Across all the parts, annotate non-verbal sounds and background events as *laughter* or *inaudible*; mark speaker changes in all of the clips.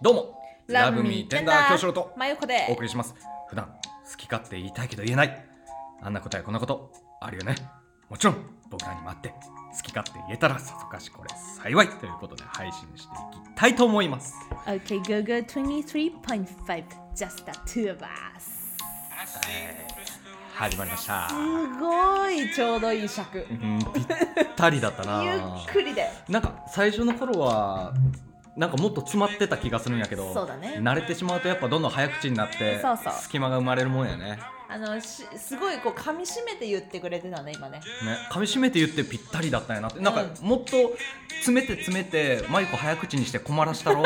Speaker 1: どうも
Speaker 2: ラブミー
Speaker 1: テンダー京志郎と
Speaker 2: 真横
Speaker 1: お
Speaker 2: で
Speaker 1: 送りします普段好き勝手言いたいけど言えないあんなことやこんなことあるよねもちろん僕らにもあって好き勝手言えたらさぞかしこれ幸いということで配信していきたいと思います
Speaker 2: OK Google 23.5 Just the two of us
Speaker 1: 始まりました
Speaker 2: すごいちょうどいい尺
Speaker 1: うんぴったりだったな
Speaker 2: ゆっくりで
Speaker 1: なんか最初の頃はなんかもっと詰まってた気がするんやけど
Speaker 2: そうだね
Speaker 1: 慣れてしまうとやっぱどんどん早口になって
Speaker 2: そうそう
Speaker 1: 隙間が生まれるもんやね
Speaker 2: あのしすごいこう噛み締めて言ってくれてたね今ね
Speaker 1: ね噛み締めて言ってぴったりだったんやなってなんか
Speaker 2: う
Speaker 1: もっと詰めて詰めてマイク早口にして困らしたろ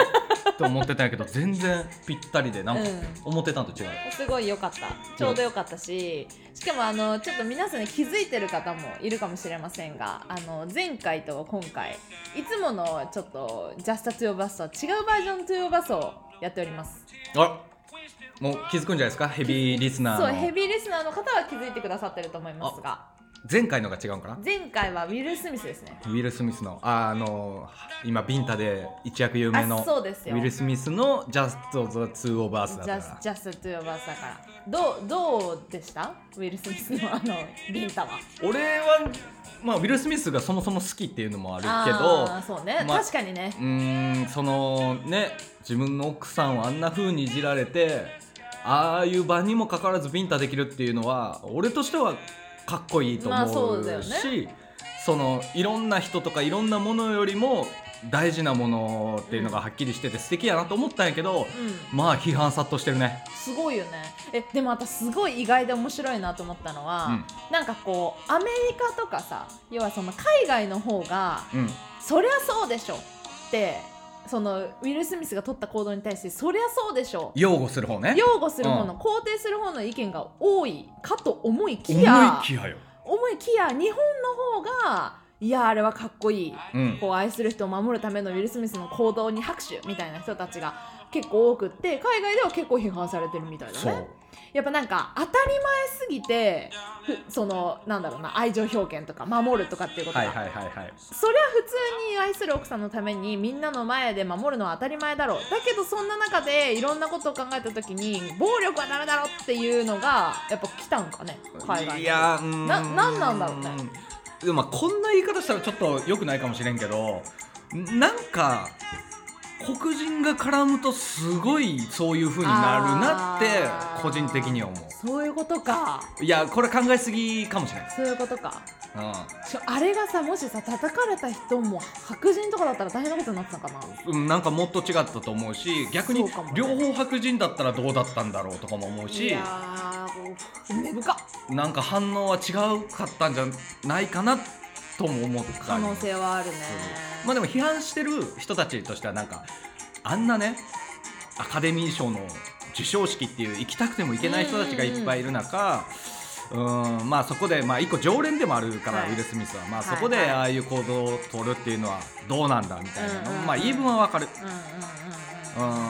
Speaker 1: と思ってたんやけど全然ぴったりでなんか
Speaker 2: うん
Speaker 1: 思ってたんと違う、
Speaker 2: すごい良かったちょうど良かったししかもあのちょっと皆さんね気づいてる方もいるかもしれませんがあの前回と今回いつものちょっと「Just a Two of Us」とは違うバージョン「Two of Us」をやっております
Speaker 1: あらもう気づくんじゃないですかヘビーリスナ
Speaker 2: そう
Speaker 1: ー
Speaker 2: ヘ
Speaker 1: の
Speaker 2: ビーリスナーの方は気づいてくださってると思いますが
Speaker 1: 前回のが違うんかな
Speaker 2: 前回はウィル・スミスですね
Speaker 1: ウィル・スミスのああの今ビンタで一躍有名の
Speaker 2: あそうですよ
Speaker 1: ウィル・スミスの「Just the Two of
Speaker 2: ジ
Speaker 1: Us」だ
Speaker 2: ャ
Speaker 1: っ
Speaker 2: ス
Speaker 1: たか
Speaker 2: ジャストゥーバースだからどうどうでしたウィル・スミスのあのビンタは
Speaker 1: ら俺は、まあ、ウィル・スミスがそもそも好きっていうのもあるけど
Speaker 2: あーそうね、
Speaker 1: まあ
Speaker 2: 確かにね
Speaker 1: うーんそのね自分の奥さんをあんな風にいじられてああいう場にもかかわらずビンタできるっていうのは俺としてはかっこいいと
Speaker 2: まあそ
Speaker 1: 思う
Speaker 2: う
Speaker 1: し、
Speaker 2: だよね
Speaker 1: そのいろんな人とかいろんなものよりも大事なものっていうのがはっきりしてて素敵やなと思ったんやけど、
Speaker 2: うん
Speaker 1: まあ批判殺到してるね。
Speaker 2: すごいよねえでも私すごい意外で面白いなと思ったのは、
Speaker 1: うん
Speaker 2: なんかこうアメリカとかさ要はその海外の方が
Speaker 1: うん、
Speaker 2: そりゃそうでしょってそのウィル・スミスが取った行動に対してそりゃそうでしょ
Speaker 1: 擁護する方ね。
Speaker 2: 擁護する方の、
Speaker 1: う
Speaker 2: 肯定する方の意見が多いかと思い
Speaker 1: 思
Speaker 2: き
Speaker 1: い
Speaker 2: や
Speaker 1: きやよ。
Speaker 2: 思いきや日本の方がいやあれはかっこいい
Speaker 1: うん、
Speaker 2: こう愛する人を守るためのウィル・スミスの行動に拍手みたいな人たちが結構多くって海外では結構批判されてるみたいだ
Speaker 1: そ
Speaker 2: ね
Speaker 1: う。
Speaker 2: やっぱなんか当たり前すぎてふそのなんだろうな愛情表現とか守るとかっていうこと
Speaker 1: は
Speaker 2: が、
Speaker 1: いはいはいはい。
Speaker 2: それは普通に愛する奥さんのためにみんなの前で守るのは当たり前だろうだけどそんな中でいろんなことを考えた時に暴力はダメだろっていうのがやっぱ来たんかね海外
Speaker 1: いやうーん
Speaker 2: ななんなんだろうね
Speaker 1: でもまあこんな言い方したらちょっと良くないかもしれんけどなんか黒人が絡むとすごいそういう風になるなって
Speaker 2: あー
Speaker 1: 個人的には思
Speaker 2: そういうことか
Speaker 1: ういやこれ考えすぎかもしれないです、
Speaker 2: そういうことか
Speaker 1: う
Speaker 2: ちょあれがさもしさ叩かれた人も白人とかだったら大変なことになってたかなん
Speaker 1: うん、なんかもっと違ったと思うし逆
Speaker 2: そ
Speaker 1: に
Speaker 2: うかもね
Speaker 1: 両方白人だったらどうだったんだろうとかも思う
Speaker 2: い
Speaker 1: し
Speaker 2: やー根深っ
Speaker 1: なんか反応は違うかったんじゃないかなとも思ったり
Speaker 2: 可能性はあるね、
Speaker 1: まあでも批判してる人たちとしてはなんかあんなねアカデミー賞の授賞式っていう行きたくても行けない人たちがいっぱいいる中うーんまあそこでまあ一個常連でもあるから、
Speaker 2: はい
Speaker 1: ウィル・スミスはまあ
Speaker 2: は
Speaker 1: そ
Speaker 2: い
Speaker 1: こで
Speaker 2: はい
Speaker 1: ああいう行動を取るっていうのはどうなんだみたいなの、
Speaker 2: うんうんうん
Speaker 1: まあ言い分はわかる
Speaker 2: うんうんう
Speaker 1: う
Speaker 2: んうん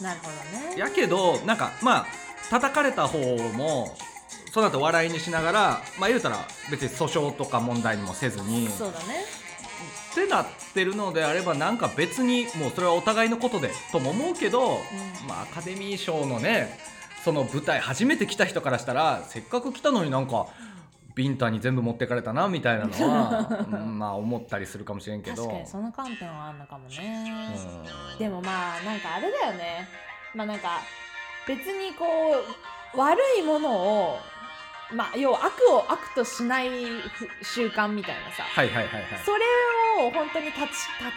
Speaker 1: ー
Speaker 2: なるほどね
Speaker 1: んやけどなんかまあ叩かれた方もその後笑いにしながらまあ言うたら別に訴訟とか問題にもせずに
Speaker 2: そうだね
Speaker 1: ってなってるのであればなんか別にもうそれはお互いのことでとも思うけど、
Speaker 2: ん
Speaker 1: まあ、アカデミー賞のねその舞台初めて来た人からしたらせっかく来たのになんかビンタに全部持ってかれたなみたいなの
Speaker 2: *laughs*
Speaker 1: は、うんまあ思ったりするかもしれんけど
Speaker 2: 確かにその観点はあんのかもね、
Speaker 1: うん
Speaker 2: でもまあなんかあれだよねまあなんか別にこう悪いものをまあ要は悪を悪としないふ習慣みたいなさ、
Speaker 1: はいはいはいはい、
Speaker 2: それを本当に断ち断ち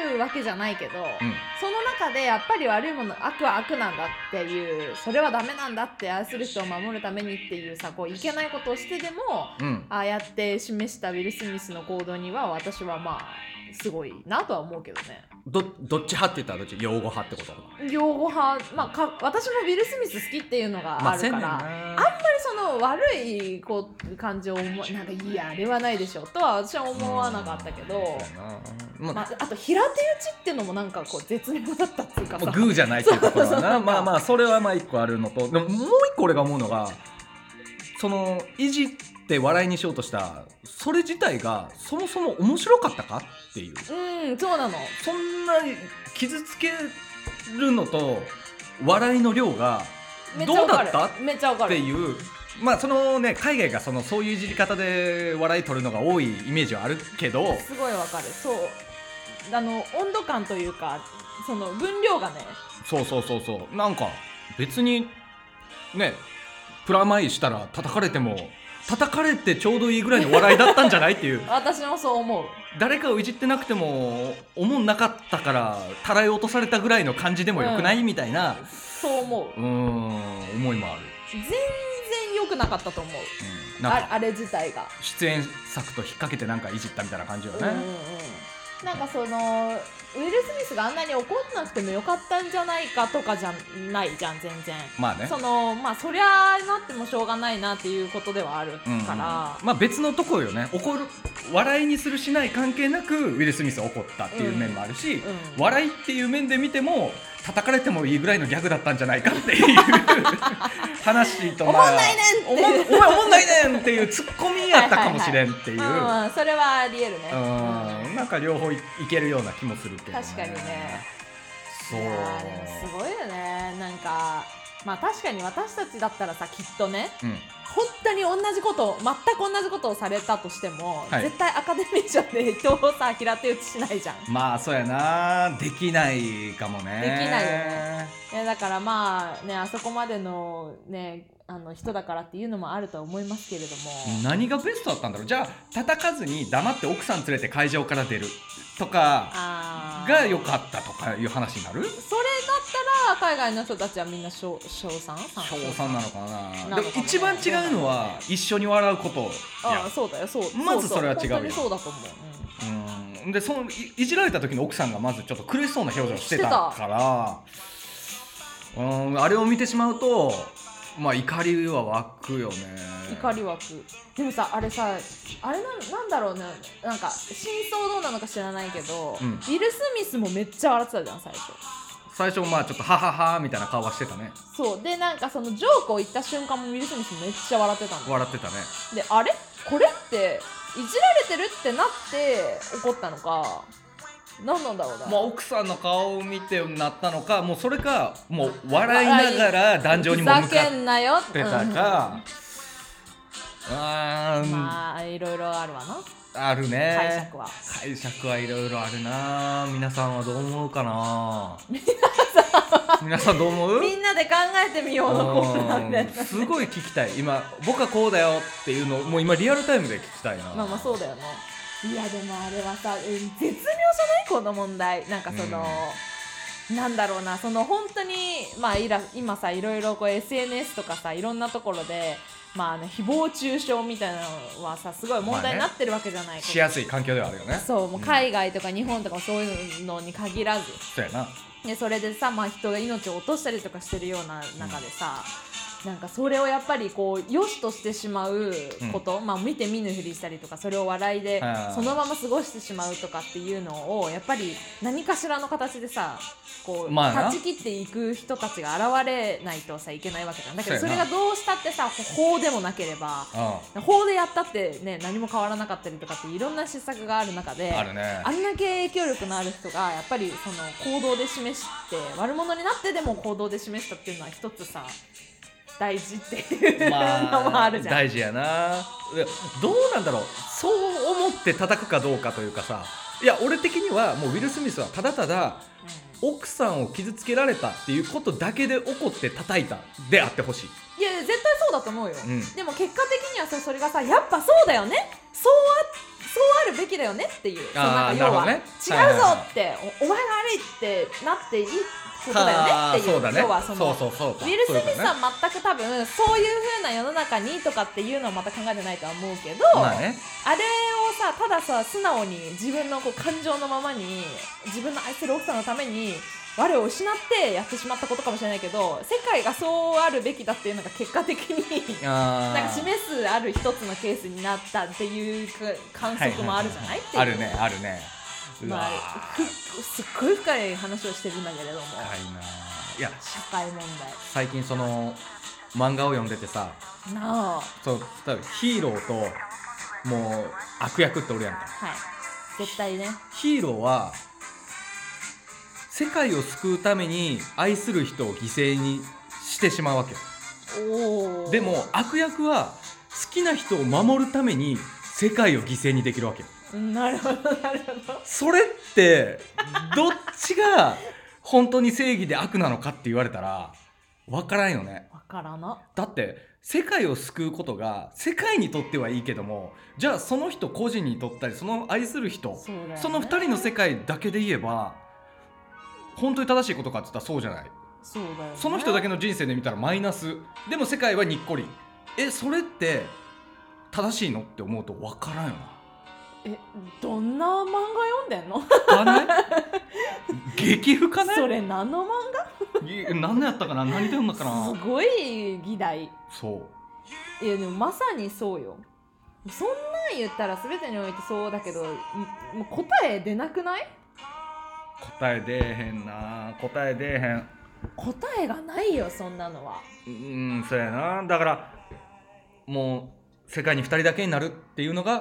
Speaker 2: 切るわけじゃないけど、
Speaker 1: うん
Speaker 2: その中でやっぱり悪いもの悪は悪なんだっていうそれはダメなんだって愛する人を守るためにっていうさこういけないことをしてでも
Speaker 1: うん、
Speaker 2: ああやって示したウィル・スミスの行動には私はまあすごいなとは思うけどね。
Speaker 1: どどっち派って言ったらどっち擁護派ってこと
Speaker 2: 擁護派、まあ、か私もウィル・スミス好きっていうのがあるから、やっ
Speaker 1: あ
Speaker 2: ぱりその悪いこう感情を思なんかいやあれはないでしょとは私は思わなかったけど、
Speaker 1: まあ
Speaker 2: まあ、あと平手打ちっていうのもなんかこう絶妙だったっていうか
Speaker 1: もう
Speaker 2: さ
Speaker 1: グーじゃないっていうところ
Speaker 2: そう
Speaker 1: は
Speaker 2: そうそ
Speaker 1: な
Speaker 2: う
Speaker 1: まあまあそれはまあ一個あるのとでももう一個俺が思うのがそのいじって笑いにしようとしたそれ自体がそもそも面白かったかっていう
Speaker 2: うんそうなの
Speaker 1: そんな傷つけるのと笑いの量が
Speaker 2: めっちゃ
Speaker 1: ど
Speaker 2: わ
Speaker 1: うだ
Speaker 2: か
Speaker 1: ったっ
Speaker 2: るめっちゃわか
Speaker 1: て
Speaker 2: る
Speaker 1: いうまあそのね海外がそのそういういじり方で笑い取るのが多いイメージはあるけど
Speaker 2: すごいわかるそうあの温度感というかその分量がね
Speaker 1: そうそうそうそうなんか別にねプラマイしたら叩かれても叩かれてちょうどいいぐらいの笑いだったんじゃないっていう *laughs*
Speaker 2: 私もそう思う
Speaker 1: 誰かをいじってなくても思んなかったからたらい落とされたぐらいの感じでもよくない、みたいな
Speaker 2: そう思う
Speaker 1: うーん思いもある、
Speaker 2: 全然良くなかったと思う
Speaker 1: うん、なん
Speaker 2: あ
Speaker 1: か
Speaker 2: あれ自体が
Speaker 1: 出演作と引っ掛けてなんかいじったみたいな感じよ
Speaker 2: うんうんうん
Speaker 1: ね、
Speaker 2: なんかそのウィル・スミスがあんなに怒んなくてもよかったんじゃないかとかじゃないじゃん全然
Speaker 1: まあね
Speaker 2: そのまあそりゃあなってもしょうがないなっていうことではあるから、
Speaker 1: うんうんまあ別のとこよね怒る笑いにするしない関係なくウィル・スミスは怒ったっていう面もあるし、
Speaker 2: うん
Speaker 1: 笑いっていう面で見ても叩かれてもいいぐらいのギャグだったんじゃないかっていう
Speaker 2: *laughs*
Speaker 1: 話と
Speaker 2: おもんないねん
Speaker 1: お
Speaker 2: って
Speaker 1: もんお前おもんないねんっていうツッコミやったかもしれんっていう。
Speaker 2: うんうんそれはありえるね
Speaker 1: うんなんか両方いいけるような気もするけど、ね、
Speaker 2: 確かにねい
Speaker 1: そう
Speaker 2: やーでもすごいよねなんかまあ確かに私たちだったらさきっとね
Speaker 1: うん、
Speaker 2: 本当に同じことを全く同じことをされたとしても、
Speaker 1: はい
Speaker 2: 絶対アカデミー賞で人をさ平手打ちしないじゃん
Speaker 1: まあそうやなできないかもね
Speaker 2: できないよねえだからまあねあそこまでのねあの人だからっていうのもあるとは思いますけれども、
Speaker 1: 何がベストだったんだろうじゃあ叩かずに黙って奥さん連れて会場から出るとか
Speaker 2: あー
Speaker 1: が良かったとかいう話になる
Speaker 2: それだったら海外の人たちはみんな賞賛
Speaker 1: 賞賛なのかな
Speaker 2: なのかな
Speaker 1: でも一番違うのは一緒に笑うこと
Speaker 2: ああ
Speaker 1: や
Speaker 2: そうだよそう
Speaker 1: まずそれは違うよ
Speaker 2: 本当にそうだと思う、うん
Speaker 1: うんでそのいいじられた時の奥さんがまずちょっと苦しそうな表情をしてたからうんあれを見てしまうとまあ怒りは湧くよね
Speaker 2: 怒り枠でもさあれさあれなんなんだろうねなんか真相どうなのか知らないけど、
Speaker 1: うん
Speaker 2: ウィル・スミスもめっちゃ笑ってたじゃん最初
Speaker 1: 最初まあちょっとハハハみたいな顔はしてたね
Speaker 2: そうでなんかそのジョークを言った瞬間もウィル・スミスめっちゃ笑ってたの
Speaker 1: 笑ってたね
Speaker 2: であれこれっていじられてるってなって怒ったのか何なんだろうな、
Speaker 1: まあ奥さんの顔を見てなったのかもうそれかもう笑いながら壇上にも向か
Speaker 2: ふ
Speaker 1: っ
Speaker 2: ざけんなよって
Speaker 1: てたかあー
Speaker 2: まあいろいろあるわな
Speaker 1: あるね
Speaker 2: 解釈は
Speaker 1: 解釈はいろいろあるな皆さんはどう思うかな皆さんどう思う
Speaker 2: みんなで考えてみようのコーナーで
Speaker 1: うんすごい聞きたい今僕はこうだよっていうのをもう今リアルタイムで聞きたいな
Speaker 2: まあまあそうだよねいやでもあれはさ、うん、絶妙じゃないこの問題なんかその、なんだろうなその本当にまあいら今さいろいろこう SNS とかさいろんなところでまああの誹謗中傷みたいなのはさすごい問題になってるわけじゃない、
Speaker 1: しやすい環境ではあるよね
Speaker 2: そうもう海外とか日本とかそういうのに限らず
Speaker 1: そうやな
Speaker 2: でそれでさ、まあ、人が命を落としたりとかしてるような中でさ、なんかそれをやっぱりこう良しとしてしまうこと、まあ、見て見ぬふりしたりとかそれを笑いで
Speaker 1: あー
Speaker 2: そのまま過ごしてしまうとかっていうのをやっぱり何かしらの形でさこう、
Speaker 1: まあな
Speaker 2: 断ち切っていく人たちが現れないとさいけないわけじゃんだけど
Speaker 1: そ
Speaker 2: そう
Speaker 1: や
Speaker 2: れ
Speaker 1: な
Speaker 2: がどうしたってさ法でもなければ
Speaker 1: う
Speaker 2: 法でやったって、ね、何も変わらなかったりとかっていろんな施策がある中で
Speaker 1: んあるね
Speaker 2: あんだけ影響力のある人がやっぱりその行動で示して悪者になってでも行動で示したっていうのは一つさ大事っていう *laughs* のもあるじゃん、
Speaker 1: 大事やないやどうなんだろうそう思って叩くかどうかというかさいや俺的にはもうウィル・スミスはただただ
Speaker 2: うん
Speaker 1: 奥さんを傷つけられたっていうことだけで怒って叩いたであってほしい
Speaker 2: いやいや絶対そうだと思うよ、
Speaker 1: うん
Speaker 2: でも結果的にはさそれがさやっぱそうだよねそうあそうあるべきだよねっていうその
Speaker 1: あー
Speaker 2: なんか要は、
Speaker 1: なるほどね
Speaker 2: 違うぞって、おお前が悪いってなっていいことだよねっていう
Speaker 1: そうだね
Speaker 2: 要はその
Speaker 1: そうそうそうか
Speaker 2: ウィル・スミ
Speaker 1: そういう
Speaker 2: ス
Speaker 1: ことね
Speaker 2: は全く多分そういう風な世の中にとかっていうのはまた考えてないとは思うけど、
Speaker 1: まあね
Speaker 2: あれをさたださ素直に自分のこう感情のままに自分の愛する奥さんのために我を失ってやってしまったことかもしれないけど世界がそうあるべきだっていうのが結果的に *laughs*
Speaker 1: あー
Speaker 2: なんか示すある一つのケースになったっていう観測もあるじゃないっていう
Speaker 1: あるねあるねうわ
Speaker 2: まあ
Speaker 1: ー
Speaker 2: ふすっごい深い話をしてるんだけれども、
Speaker 1: 深いないや
Speaker 2: 社会問
Speaker 1: 最近その漫画を読んでてさ
Speaker 2: 題なあ
Speaker 1: そう多分ヒーローともう悪役っておるやんか
Speaker 2: はい絶対ね
Speaker 1: ヒーローは世界を救うために愛する人を犠牲にしてしまうわけよ
Speaker 2: おー
Speaker 1: でも悪役は好きな人を守るために世界を犠牲にできるわけよ
Speaker 2: うんなるほどなるほど
Speaker 1: それってどっちが本当に正義で悪なのかって言われたら分からんよね
Speaker 2: わからな
Speaker 1: だって世界を救うことが世界にとってはいいけどもじゃあその人個人にとったりその愛する人
Speaker 2: そうだよ、ね、
Speaker 1: その2人の世界だけで言えば本当に正しいことかって言ったらそうじゃない
Speaker 2: そうだよ、ね、
Speaker 1: その人だけの人生で見たらマイナスでも世界はにっこりえそれって正しいのって思うと分からんよな
Speaker 2: えどんな漫画読んでんの
Speaker 1: だ
Speaker 2: *laughs*
Speaker 1: ね激深ね
Speaker 2: それ何の漫
Speaker 1: い何のやったかな何で読んだか
Speaker 2: 画
Speaker 1: な
Speaker 2: すごい議題
Speaker 1: そう
Speaker 2: いやでもまさにそうよそんなん言ったら全てにおいてそうだけどんもう答え出なくない
Speaker 1: 答え出えへんな答え出えへん
Speaker 2: 答えがないよそんな
Speaker 1: *laughs*
Speaker 2: のは
Speaker 1: うーんそうやなだからもう世界に2人だけになるっていうのが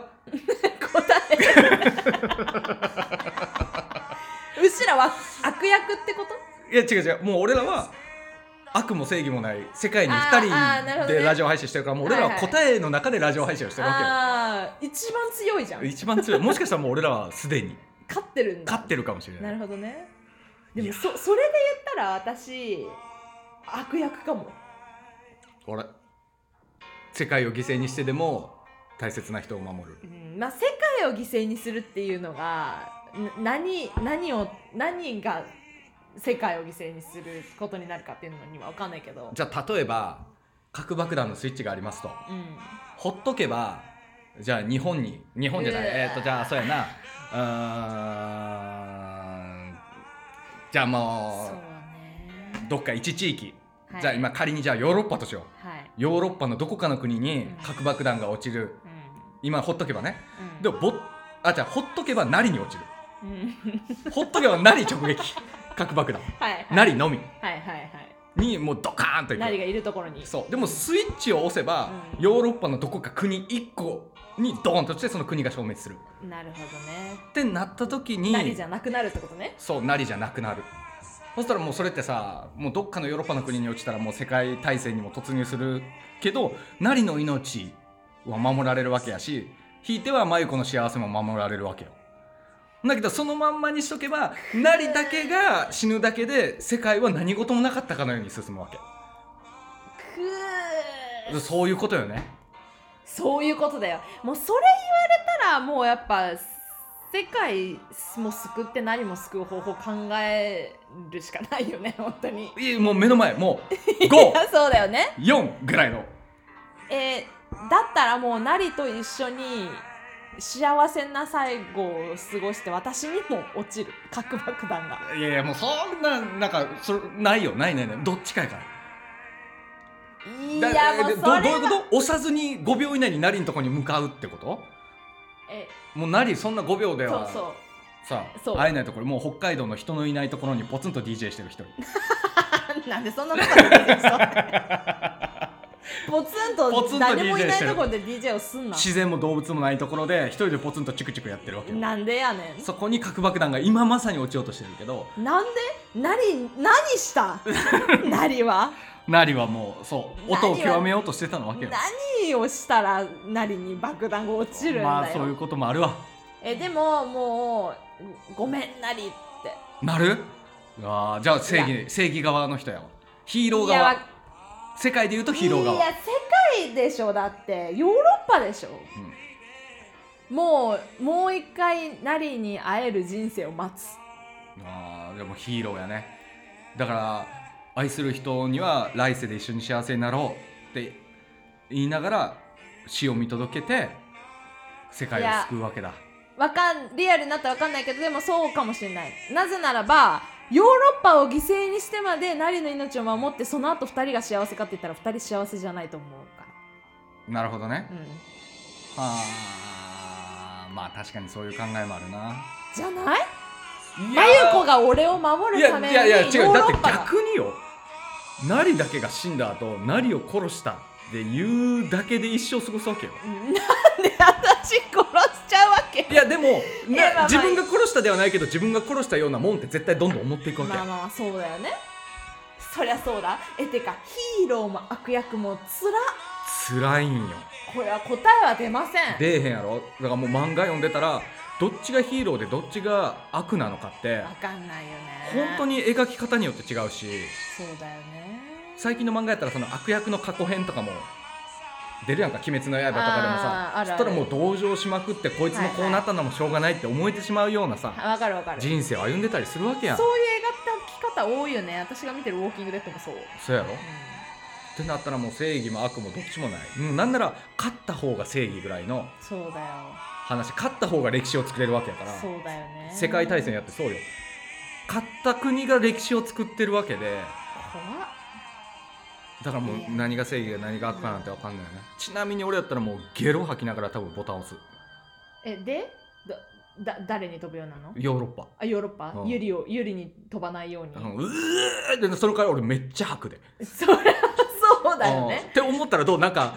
Speaker 2: 答え *laughs* うちらは悪役ってこと
Speaker 1: いや違う違うもう俺らは悪も正義もない世界に
Speaker 2: あーあーなる
Speaker 1: 2
Speaker 2: ほ
Speaker 1: 人
Speaker 2: どね
Speaker 1: でラジオ配信してるからもう俺ら
Speaker 2: はい
Speaker 1: は
Speaker 2: はい
Speaker 1: 答えの中でラジオ配信をしてるわ
Speaker 2: ああー一番強いじゃ
Speaker 1: け
Speaker 2: ん
Speaker 1: よ一番強いもしかしたらもう俺らはすでに
Speaker 2: 勝ってるんだ
Speaker 1: 勝ってるかもしれな
Speaker 2: ないるほどねで
Speaker 1: い
Speaker 2: も
Speaker 1: や
Speaker 2: そそれで言ったら私悪役かも
Speaker 1: 俺世界を犠牲にしてでも大切な人を守る
Speaker 2: うんまあ、世界を犠牲にするっていうのがん何何を何が世界を犠牲にすることになるかっていうのには分かんないけど、
Speaker 1: じゃあ例えば核爆弾のスイッチがありますと
Speaker 2: うん、
Speaker 1: ほっとけばじゃあ日本に日本じゃないう
Speaker 2: わ
Speaker 1: えっ、とじゃあそうや
Speaker 2: *laughs*
Speaker 1: なうーんじゃあ
Speaker 2: そう
Speaker 1: も
Speaker 2: ね
Speaker 1: うどっか一地域、
Speaker 2: はい
Speaker 1: じゃあ今仮にじゃあヨーロッパとしよう
Speaker 2: はい、
Speaker 1: ヨーロッパのどこかの国に核爆弾が落ちる
Speaker 2: う
Speaker 1: 今ほっとけばね
Speaker 2: んうん、
Speaker 1: でもぼあじゃあほっとけばなりに落ちる
Speaker 2: うん *laughs*
Speaker 1: ほっとけばなり直撃核爆弾
Speaker 2: はいはい
Speaker 1: なりのみ
Speaker 2: はいはいはい
Speaker 1: にもうドカーンといく
Speaker 2: 何がいるところに
Speaker 1: そうでもスイッチを押せば、
Speaker 2: うん
Speaker 1: ヨーロッパのどこか国1個にドーンとしてその国が消滅する
Speaker 2: なるほどね
Speaker 1: ってなった時に
Speaker 2: 何じゃなくなるってことね
Speaker 1: そうなりじゃなくなるそしたらもうそれってさもうどっかのヨーロッパの国に落ちたらもう世界大戦にも突入するけどなりの命は守られるわけやしひいては真由子の幸せも守られるわけよだけどそのまんまにしとけばなりだけが死ぬだけで世界は何事もなかったかのように進むわけ
Speaker 2: くー
Speaker 1: そういうことよね
Speaker 2: そういうことだよもうそれ言われたらもうやっぱ世界も救って何も救う方法考えるしかないよね *laughs* 本当に
Speaker 1: いやもう目の前も
Speaker 2: *laughs* いやそうだよね
Speaker 1: う54ぐらいの
Speaker 2: えーだったらもうナリと一緒に幸せな最後を過ごして私にも落ちる核爆弾が
Speaker 1: いやいやもうそんななんかそれないよないないないどっちかやから
Speaker 2: い
Speaker 1: だ
Speaker 2: や
Speaker 1: え
Speaker 2: もうそ
Speaker 1: ど
Speaker 2: れは
Speaker 1: どういうこと押さずに5秒以内にナリのとこに向かうってこと
Speaker 2: え
Speaker 1: もうナリそんな5秒で
Speaker 2: そう
Speaker 1: は
Speaker 2: そう
Speaker 1: さ
Speaker 2: そう
Speaker 1: 会えないところもう北海道の人のいないところにポツンと DJ してる一人
Speaker 2: なんでそんなとこで DJ *laughs* したのポツン
Speaker 1: ポツンと DJ
Speaker 2: と誰もいないところで DJ をすんな
Speaker 1: 自然も動物もないところで一人でポツンとチクチクやってるわけよ
Speaker 2: なんでやね
Speaker 1: そこに核爆弾が今まさに落ちようとしてるけど
Speaker 2: んなんで何何した
Speaker 1: *laughs*
Speaker 2: 何は
Speaker 1: ナリはもうそう音を
Speaker 2: ナリは
Speaker 1: 極めようとしてたのわけよ
Speaker 2: 何をしたら何に爆弾が落ちるんだよ、
Speaker 1: まあそういうこともあるわ
Speaker 2: えでももうごめんなりって
Speaker 1: なるあーじゃあ正
Speaker 2: い
Speaker 1: 義正義側の人やわヒーロー
Speaker 2: いや
Speaker 1: 側世界で言うとヒーロー
Speaker 2: い
Speaker 1: 側
Speaker 2: や世界でしょだってヨーロッパでしょ、もうもう一回なりに会える人生を待つ
Speaker 1: あーでもヒーローやねだから愛する人には来世で一緒に幸せになろうって言いながら死を見届けて世界を救うわけだ
Speaker 2: わかんリアルになったらわかんないけどでもそうかもしれないなぜならばヨーロッパを犠牲にしてまでナリの命を守ってその後二人が幸せかって言ったら二人幸せじゃないと思うか
Speaker 1: なるほどね
Speaker 2: ら、うん、
Speaker 1: はあまあ確かにそういう考えもあるな
Speaker 2: じゃない
Speaker 1: 真
Speaker 2: マユコが俺を守
Speaker 1: い
Speaker 2: るた
Speaker 1: や
Speaker 2: め
Speaker 1: い
Speaker 2: に
Speaker 1: やいや
Speaker 2: ヨ
Speaker 1: 違う
Speaker 2: ー
Speaker 1: だっ
Speaker 2: ロ
Speaker 1: て
Speaker 2: ッパが
Speaker 1: 逆によナリだけが死んだ後ナリを殺したで言うだけで一生過ごすわけよ
Speaker 2: なんで私殺しちゃうわけ
Speaker 1: いや
Speaker 2: *laughs*
Speaker 1: でも
Speaker 2: い
Speaker 1: な
Speaker 2: やまあまあ
Speaker 1: 自分が殺したではないけど自分が殺したようなもんって絶対どんどん思っていくわけ、
Speaker 2: まあまあまあそうだよねそりゃそうだえてかヒーローも悪役もつら
Speaker 1: 辛いんよ
Speaker 2: これは答えは出ません
Speaker 1: 出えへんやろだからもう漫画読んでたらどっちがヒーローでどっちが悪なのかって
Speaker 2: わかんないよね
Speaker 1: 本当に描き方によって違うし
Speaker 2: そうだよね
Speaker 1: 最近の漫画やったらその悪役の過去編とかも出るやんか「鬼滅の刃」とかでも
Speaker 2: あー
Speaker 1: さ
Speaker 2: ある
Speaker 1: そし
Speaker 2: ある
Speaker 1: たらもう同情しまくってこいつもこうなったのもしょうがないって思えてしまうようなさ
Speaker 2: あわかるわかるそういう
Speaker 1: 人生を歩んでたりするわけやん
Speaker 2: 描き方多いよね私が見てるウォーキングデッドもそう、うん
Speaker 1: そうやろってなったらもう正義も悪もどっちもない、うん、なんなら勝った方が正義ぐらいの
Speaker 2: そうだよ
Speaker 1: 話勝った方が歴史を作れるわけやから
Speaker 2: そうだよね
Speaker 1: 世界大戦やってそうよ勝った国が歴史を作ってるわけで
Speaker 2: 怖っ
Speaker 1: だからもう何が正義で何が悪かなんて分かんないよねちなみに俺やったらもうゲロ吐きながら多分ボタン押す
Speaker 2: えでだだ誰に飛ぶようなの
Speaker 1: ヨーロッパ
Speaker 2: あヨーロッパ、
Speaker 1: うん
Speaker 2: ユリをユリに飛ばないように、
Speaker 1: うんうーってそれから俺めっちゃ吐くで
Speaker 2: そりゃそうだよ
Speaker 1: うん
Speaker 2: ね
Speaker 1: って思ったらどうなんか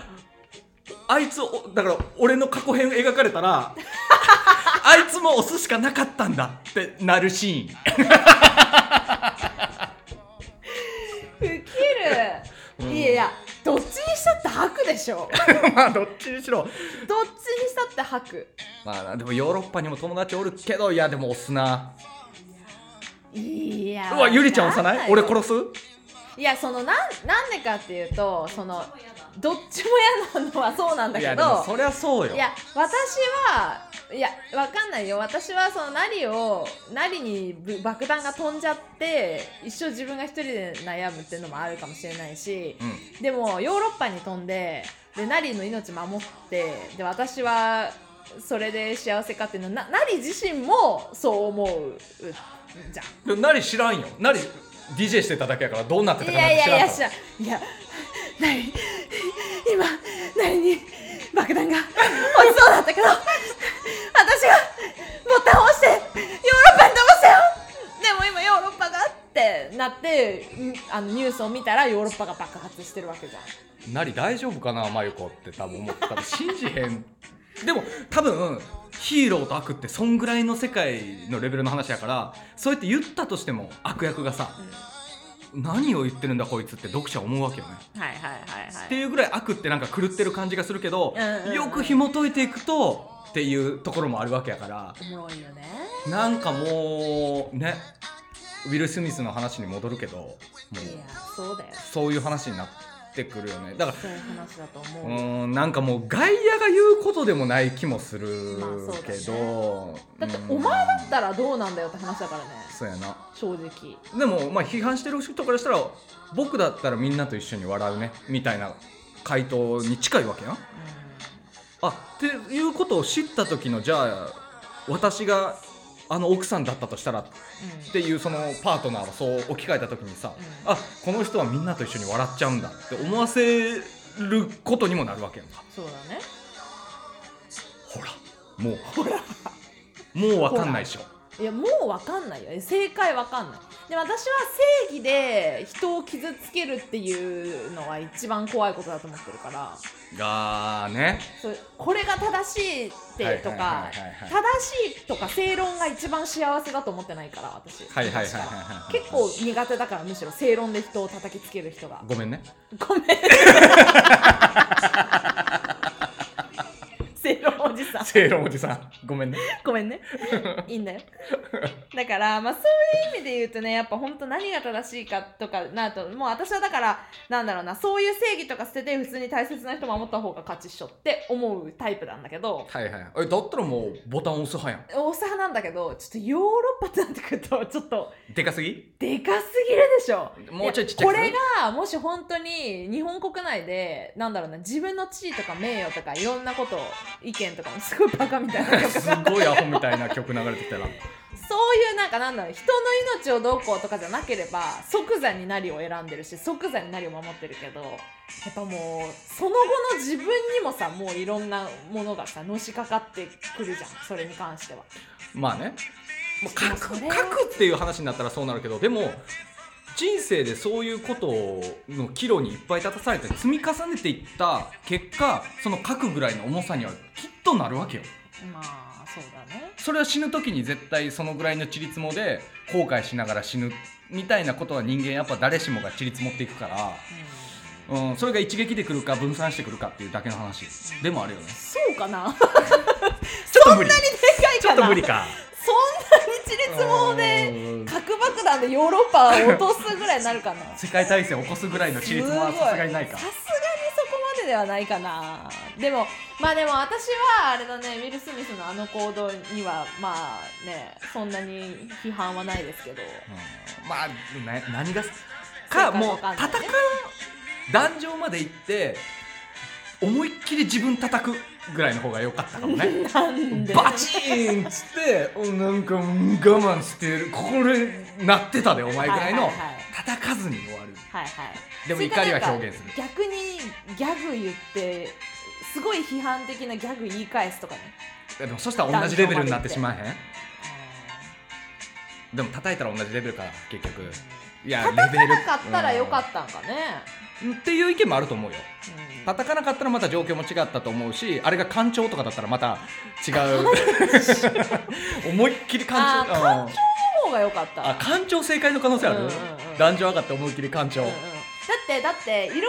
Speaker 1: あいつをだから俺の過去編描かれた
Speaker 2: *laughs*
Speaker 1: らあいつも押すしかなかったんだってなるシ
Speaker 2: 吹きる、
Speaker 1: ーン
Speaker 2: いやいやどっちにしたって吐くでしょ *laughs*
Speaker 1: うんまあどっちにしろ
Speaker 2: どっちにしたって吐く
Speaker 1: まあでもヨーロッパにも友達おるけどいやでも押すない
Speaker 2: や
Speaker 1: うわゆりちゃん押さない俺
Speaker 2: これ
Speaker 1: 殺す
Speaker 2: いやそのなんなんでかっていうとそのどっちも嫌なのはそうなんだ
Speaker 1: い
Speaker 2: けど
Speaker 1: やでもそりゃそうよ
Speaker 2: いや私はいやわかんないよ私はそのナリをナリにぶ爆弾が飛んじゃって一生自分が一人で悩むっていうのもあるかもしれないし
Speaker 1: うん
Speaker 2: でもヨーロッパに飛んででナリの命守ってで私はそれで幸せかっていうのはなナリ自身もそう思ううじゃん。
Speaker 1: でも何知らんよ何 DJ してただけやからどうなってた
Speaker 2: い
Speaker 1: かなん
Speaker 2: やい
Speaker 1: て
Speaker 2: や
Speaker 1: 知
Speaker 2: い
Speaker 1: らん
Speaker 2: や
Speaker 1: から
Speaker 2: 知らんいや何今何に爆弾が落ちそうだったけど私がボタンを押してヨーロッパに飛ばしたよでも今ヨーロッパがってなってんあのニュースを見たらヨーロッパが爆発してるわけじゃん
Speaker 1: 何大丈夫かなマユコって多分思ってたら信じへんでも多分ヒーローと悪ってそんぐらいの世界のレベルの話やからそうやって言ったとしても悪役がさ何を言ってるんだこいつって読者思うわけよね、
Speaker 2: はいはいはいは
Speaker 1: っていうぐらい悪ってなんか狂ってる感じがするけど、
Speaker 2: うんうんうん
Speaker 1: よく紐解いていくとっていうところもあるわけやから
Speaker 2: おもろいよね
Speaker 1: なんかもうねウィル・スミスの話に戻るけどもう
Speaker 2: いやそうだよ
Speaker 1: そういう話になってくるよねだから
Speaker 2: そういう話だと思
Speaker 1: う
Speaker 2: う、だ
Speaker 1: ーんなんかもう外野が言うことでもない気もする
Speaker 2: まあそうだね
Speaker 1: けど、
Speaker 2: って
Speaker 1: うん
Speaker 2: お前だったらどうなんだよって話だからね
Speaker 1: そうやな
Speaker 2: 正直
Speaker 1: でもまあ批判してる人からしたら僕だったらみんなと一緒に笑うねみたいな回答に近いわけやんあっていうことを知った時のじゃあ私があの奥さんだったとしたらっ
Speaker 2: うん、うん
Speaker 1: ていうそのパートナーをそう置き換えた時にさ、
Speaker 2: うん
Speaker 1: あこの人はみんなと一緒に笑っちゃうんだって思わせることにもなるわけやんか
Speaker 2: そうだね
Speaker 1: ほらもうほらもう分かんないでしょ
Speaker 2: いやもうわかんないよ正解わかんないで私は正義で人を傷つけるっていうのは一番怖いことだと思ってるから
Speaker 1: がーね
Speaker 2: そうこれが正しいってと
Speaker 1: は
Speaker 2: か
Speaker 1: いはいはいはいはい
Speaker 2: 正しいとか正論が一番幸せだと思ってないから私
Speaker 1: はいはいはい
Speaker 2: 昔
Speaker 1: はい
Speaker 2: から
Speaker 1: はい
Speaker 2: 結構苦手だからむしろ正論で人を叩きつける
Speaker 1: *laughs*
Speaker 2: 人が
Speaker 1: ごめんね
Speaker 2: ごめん *laughs* 正論おじさん
Speaker 1: 正論おじさんごめんね
Speaker 2: *laughs* ごめ
Speaker 1: *laughs*
Speaker 2: んねいいんだよだからまあそういう意味で言うとねやっぱ本当何が正しいかとかなるともう私はだからなんだろうなそういう正義とか捨てて普通に大切な人守った方が勝ちっしょって思うタイプなんだけど
Speaker 1: はいはいえだったらもうボタン押す派や
Speaker 2: 大阪なんだけどちょっとヨーロッパってなってくるとちょっと
Speaker 1: んでかすぎ
Speaker 2: でかすぎるでしょ
Speaker 1: もうちょい
Speaker 2: や
Speaker 1: ちっちゃく
Speaker 2: これがもし本当に日本国内でなんだろうな自分の地位とか名誉とかいろんなこと意見とかもすごいバカみたいなとか
Speaker 1: すごいアホみたいな曲流れてきたら
Speaker 2: そういうなんかなんだろう人の命をどうこうとかじゃなければ即座になりを選んでるし即座になりを守ってるけどやっぱもうその後の自分にもさもういろんなものがさのしかかってくるじゃんそれに関しては。
Speaker 1: まあねもう書
Speaker 2: でも
Speaker 1: く
Speaker 2: そ
Speaker 1: 書
Speaker 2: れは
Speaker 1: くっていう話になったらそうなるけどでも人生でそういうことの岐路にいっぱい立たされて積み重ねていった結果その書くぐらいの重さにはきっとなるわけよ
Speaker 2: まあそうだね
Speaker 1: それは死ぬ時に絶対そのぐらいのちりつもで後悔しながら死ぬみたいなことは人間やっぱ誰しもがちりつもっていくから、
Speaker 2: うん
Speaker 1: うん、それが一撃でくるか分散してくるかっていうだけの話でもあるよね
Speaker 2: そうかな
Speaker 1: ちょっと無理
Speaker 2: でかい
Speaker 1: ちょ
Speaker 2: か
Speaker 1: っと
Speaker 2: な
Speaker 1: 無理か
Speaker 2: そんなに地立もで
Speaker 1: うん
Speaker 2: 核爆弾でヨーロッパを落とすぐらいになるかな
Speaker 1: 世界大戦を起こすぐらいのちりつもはさすがにないか
Speaker 2: すごさすがにそこまでではないかなでもまあでも私はあれだねウィル・スミスのあの行動にはまあねそんなに批判はないですけど
Speaker 1: うんまあな何が
Speaker 2: そう
Speaker 1: か
Speaker 2: か
Speaker 1: もう
Speaker 2: わか
Speaker 1: 戦
Speaker 2: んないね
Speaker 1: う壇上まで行って思いっきり自分叩くぐらいの方が良かったかもね
Speaker 2: なんで
Speaker 1: バチーンっつっておなんかうん我慢してるこれなってたでお前ぐらい
Speaker 2: は
Speaker 1: の
Speaker 2: いはいはい
Speaker 1: 叩かずに終わる
Speaker 2: はいはい
Speaker 1: でも
Speaker 2: それか
Speaker 1: 怒りは
Speaker 2: なんか
Speaker 1: 表現する
Speaker 2: 逆にギャグ言ってすごい批判的なギャグ言い返すとかね
Speaker 1: でもそしたら同じレベルになってしまえへんでも叩いたら同じレベルか結局いや
Speaker 2: 叩かなかったらよか
Speaker 1: た
Speaker 2: ったんかね、
Speaker 1: っていう意見もあると思うよ
Speaker 2: うん
Speaker 1: 叩かなかったらまた状況も違ったと思うしあれが官庁とかだったらまた違
Speaker 2: *laughs*
Speaker 1: う思いっきり官庁
Speaker 2: あー
Speaker 1: あの
Speaker 2: の方が良かった
Speaker 1: あ官庁正解の可能性ある、
Speaker 2: うんうんうん
Speaker 1: 男女上がって思いっきり官庁、
Speaker 2: うんうんだってだっていろいろ考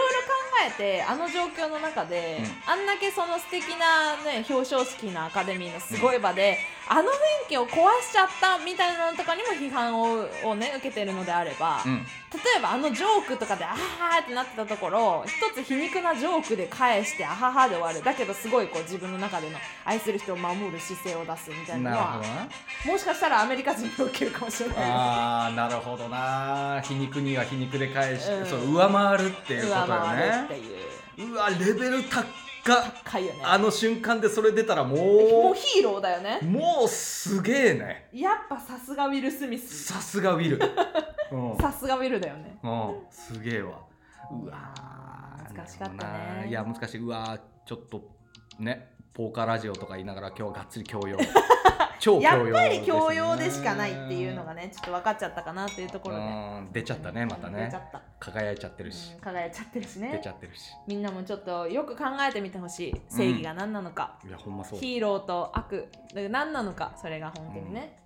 Speaker 2: えてあの状況の中で、
Speaker 1: う
Speaker 2: あんだけその素敵なね表彰式のアカデミーのすごい場で、あの雰囲気を壊しちゃったみたいなのとかにも批判ををね受けてるのであれば、
Speaker 1: うん
Speaker 2: 例えばあのジョークとかであーってなってたところ一つ皮肉なジョークで返してあははで終わるだけどすごいこう自分の中での愛する人を守る姿勢を出すみたいなの
Speaker 1: なるほ
Speaker 2: は
Speaker 1: どな
Speaker 2: もしかしたらアメリカ人に受けるかもしれない。
Speaker 1: あーなるほどな皮肉には皮肉で返して、
Speaker 2: うん
Speaker 1: そう上回るっていうこ
Speaker 2: 上
Speaker 1: とよ
Speaker 2: 回るって
Speaker 1: ね
Speaker 2: いう
Speaker 1: うわレベル高っ
Speaker 2: かいよね
Speaker 1: あの瞬間でそれ出たらも
Speaker 2: もう
Speaker 1: う
Speaker 2: ヒーローだよね
Speaker 1: もうすげえね
Speaker 2: やっぱさすがウィル・スミス
Speaker 1: さすがウィ
Speaker 2: *laughs*
Speaker 1: ル、うん、
Speaker 2: さすがウィルだよね
Speaker 1: うん、すげえわ。うわー
Speaker 2: 難しかったね
Speaker 1: なるほどないや、難しい。うわーちょっと、ね、ポーカーラジオとか言いながら、今日はがっつり教
Speaker 2: *laughs*
Speaker 1: 養。超教
Speaker 2: や
Speaker 1: 養、
Speaker 2: っぱり教養でしかないっていうのが。ねちょっと分かっちゃったかなっていうところで
Speaker 1: うん、出ちゃったね、また
Speaker 2: 出
Speaker 1: ね
Speaker 2: ちゃ。った
Speaker 1: 輝いちゃってるし
Speaker 2: うん。輝いちゃってるし
Speaker 1: 出
Speaker 2: ね
Speaker 1: ちゃってるし。
Speaker 2: みんなもちょっとよく考えてみてほしい正義が何なのか、
Speaker 1: いや、ほんまそう。
Speaker 2: ヒーローと悪で何なのかそれが本当にね、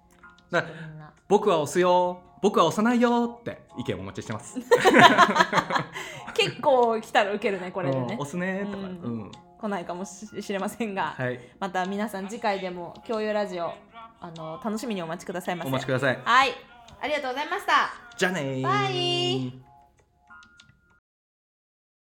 Speaker 1: だ
Speaker 2: ちょっとみんな
Speaker 1: 僕は押すよ、僕は押さないよって意見お待ちしてます。
Speaker 2: 結構来たらウケるねこれで
Speaker 1: うん
Speaker 2: ね
Speaker 1: 押すねーとか。
Speaker 2: う
Speaker 1: うんん。
Speaker 2: 来ないかもししれませんが、
Speaker 1: はい。
Speaker 2: また皆さん次回でも教養ラジオあの楽しみにお待ちくださいませ
Speaker 1: お待ちください。
Speaker 2: はいありがとうございました
Speaker 1: じゃあねー。
Speaker 2: バイ